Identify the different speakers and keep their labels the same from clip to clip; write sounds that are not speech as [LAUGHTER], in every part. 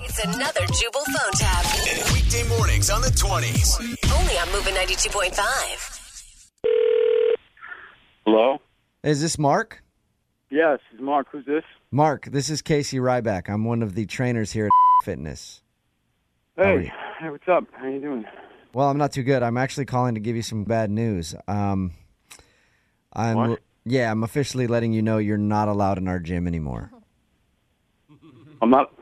Speaker 1: It's another Jubal phone tab.
Speaker 2: Weekday mornings on the 20s.
Speaker 1: Only on Moving 92.5.
Speaker 3: Hello?
Speaker 4: Is this Mark?
Speaker 3: Yes, it's Mark. Who's this?
Speaker 4: Mark, this is Casey Ryback. I'm one of the trainers here at [LAUGHS] Fitness. are
Speaker 3: Hey,
Speaker 4: you?
Speaker 3: hey, what's up? How you doing?
Speaker 4: Well, I'm not too good. I'm actually calling to give you some bad news. Um, I'm
Speaker 3: What?
Speaker 4: yeah, I'm officially letting you know you're not allowed in our gym anymore.
Speaker 3: I'm not.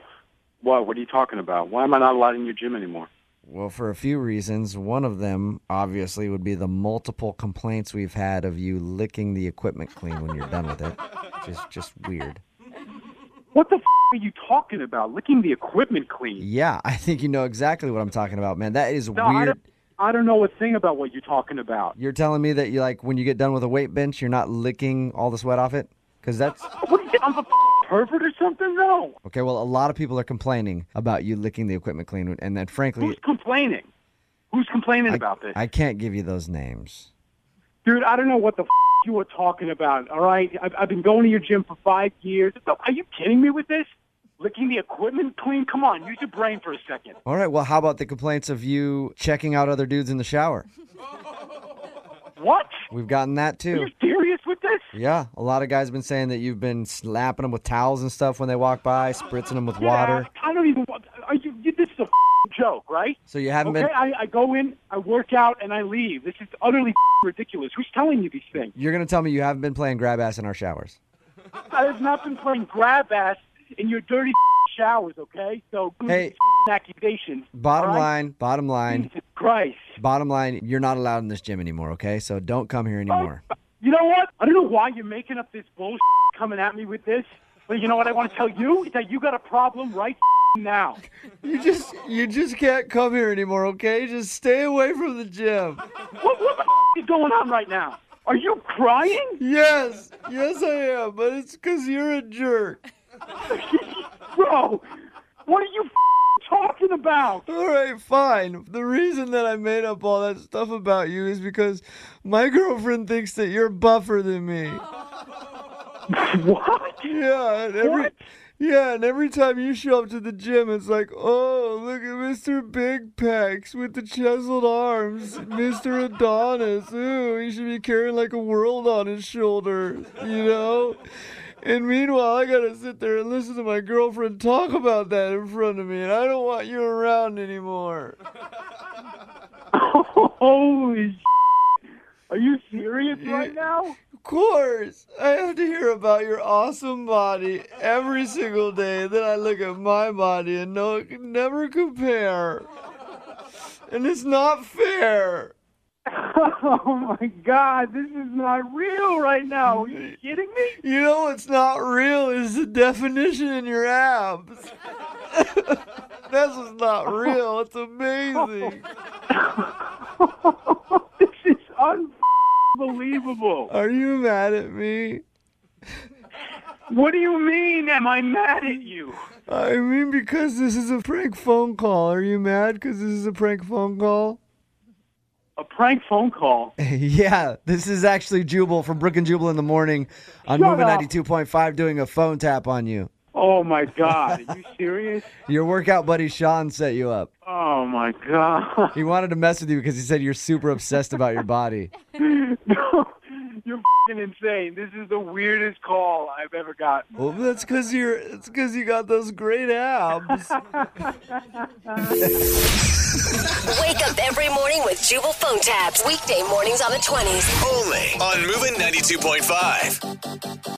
Speaker 3: What? What are you talking about? Why am I not allowed in your gym anymore?
Speaker 4: Well, for a few reasons. One of them, obviously, would be the multiple complaints we've had of you licking the equipment clean when you're done
Speaker 3: [LAUGHS]
Speaker 4: with it. Just, just weird.
Speaker 3: What the f- are you talking about? Licking the equipment clean?
Speaker 4: Yeah, I think you know exactly what I'm talking about, man. That is
Speaker 3: No, I
Speaker 4: weird.
Speaker 3: don't, I don't know a thing about what you're talking about.
Speaker 4: You're telling me that you like when you get done with a weight bench, you're not licking all the sweat off it? Because that's
Speaker 3: What? Are you, I'm a f- pervert or something? No.
Speaker 4: okay. Well, a lot of people are complaining about you licking the equipment clean, and then
Speaker 3: Who's
Speaker 4: frankly,
Speaker 3: complaining? Who's complaining
Speaker 4: I,
Speaker 3: about this?
Speaker 4: I can't give you those names.
Speaker 3: Dude, I don't know what the f- you are talking about. All right, I've, I've been going to your gym for five years. Are you kidding me with this? Licking the equipment clean? Come on, use your brain for a second.
Speaker 4: All right. Well, how about the complaints of you checking out other dudes in the shower?
Speaker 3: What?
Speaker 4: We've gotten that
Speaker 3: Are
Speaker 4: too.
Speaker 3: you serious with this?
Speaker 4: Yeah, a lot of guys been saying that you've been slapping them with towels and stuff when they walk by, spritzing them with
Speaker 3: Get out.
Speaker 4: water.
Speaker 3: I don't even. want- Are you? you- This is a f***ing joke, right?
Speaker 4: So you haven't
Speaker 3: Okay,
Speaker 4: been.
Speaker 3: I, I go in, I work out, and I leave. This is utterly f***ing ridiculous. Who's telling you these things?
Speaker 4: You're gonna tell me you haven't been playing grab ass in our showers?
Speaker 3: I have not been playing grab ass in your dirty f***ing showers. Okay, so good
Speaker 4: Hey.
Speaker 3: f***ing accusations.
Speaker 4: Bottom
Speaker 3: all right?
Speaker 4: line. Bottom line.
Speaker 3: Jesus Christ.
Speaker 4: Bottom line, you're not allowed in this gym anymore, okay? So don't come here anymore.
Speaker 3: You know what? I don't know why you're making up this bullshit coming at me with this, but you know what I want to tell you is that you got a problem right f***ing now.
Speaker 4: You just you just can't come here anymore, okay? Just stay away from the gym.
Speaker 3: What, what the f- is going on right now? Are you crying?
Speaker 4: Yes. Yes I am, but it's cuz you're a jerk.
Speaker 3: Bro, what are you f- talking about?
Speaker 4: All right, fine. The reason that I made up all that stuff about you is because my girlfriend thinks that you're buffer than me.
Speaker 3: What?
Speaker 4: Yeah, and every
Speaker 3: What?
Speaker 4: yeah, and every time you show up to the gym, it's like, oh, look at Mister Big Pecs with the chiseled arms, Mister Adonis. Ooh, he should be carrying like a world on his shoulder, you know. And meanwhile, I gotta sit there and listen to my girlfriend talk about that in front of me, and I don't want you around anymore.
Speaker 3: [LAUGHS] Holy s***. Are you serious right now? [LAUGHS]
Speaker 4: Of course, I have to hear about your awesome body every single day. Then I look at my body and know it can never compare. And it's not fair.
Speaker 3: Oh my god, this is not real right now. Are you kidding me?
Speaker 4: You know what's not real is the definition in your abs. [LAUGHS] That's what's not real. It's amazing.
Speaker 3: This is unbelievable.
Speaker 4: Are you mad at me?
Speaker 3: What do you mean? Am I mad at you?
Speaker 4: I mean, because this is a prank phone call. Are you mad because this is a prank phone call?
Speaker 3: A prank phone call.
Speaker 4: [LAUGHS] Yeah, this is actually Jubal from Brook and Jubal in the morning on
Speaker 3: Shut
Speaker 4: Moving
Speaker 3: up.
Speaker 4: 92.5 doing a phone tap on you.
Speaker 3: Oh my god, are you serious?
Speaker 4: Your workout buddy Sean set you up.
Speaker 3: Oh my god. [LAUGHS]
Speaker 4: He wanted to mess with you because he said you're super obsessed about your body.
Speaker 3: No, you're fing insane. This is the weirdest call I've ever gotten.
Speaker 4: Well, that's because you're. It's because you got those great abs.
Speaker 1: Wake up every morning with Jubal phone tabs. Weekday mornings on the 20s.
Speaker 2: Only on Moving 92.5.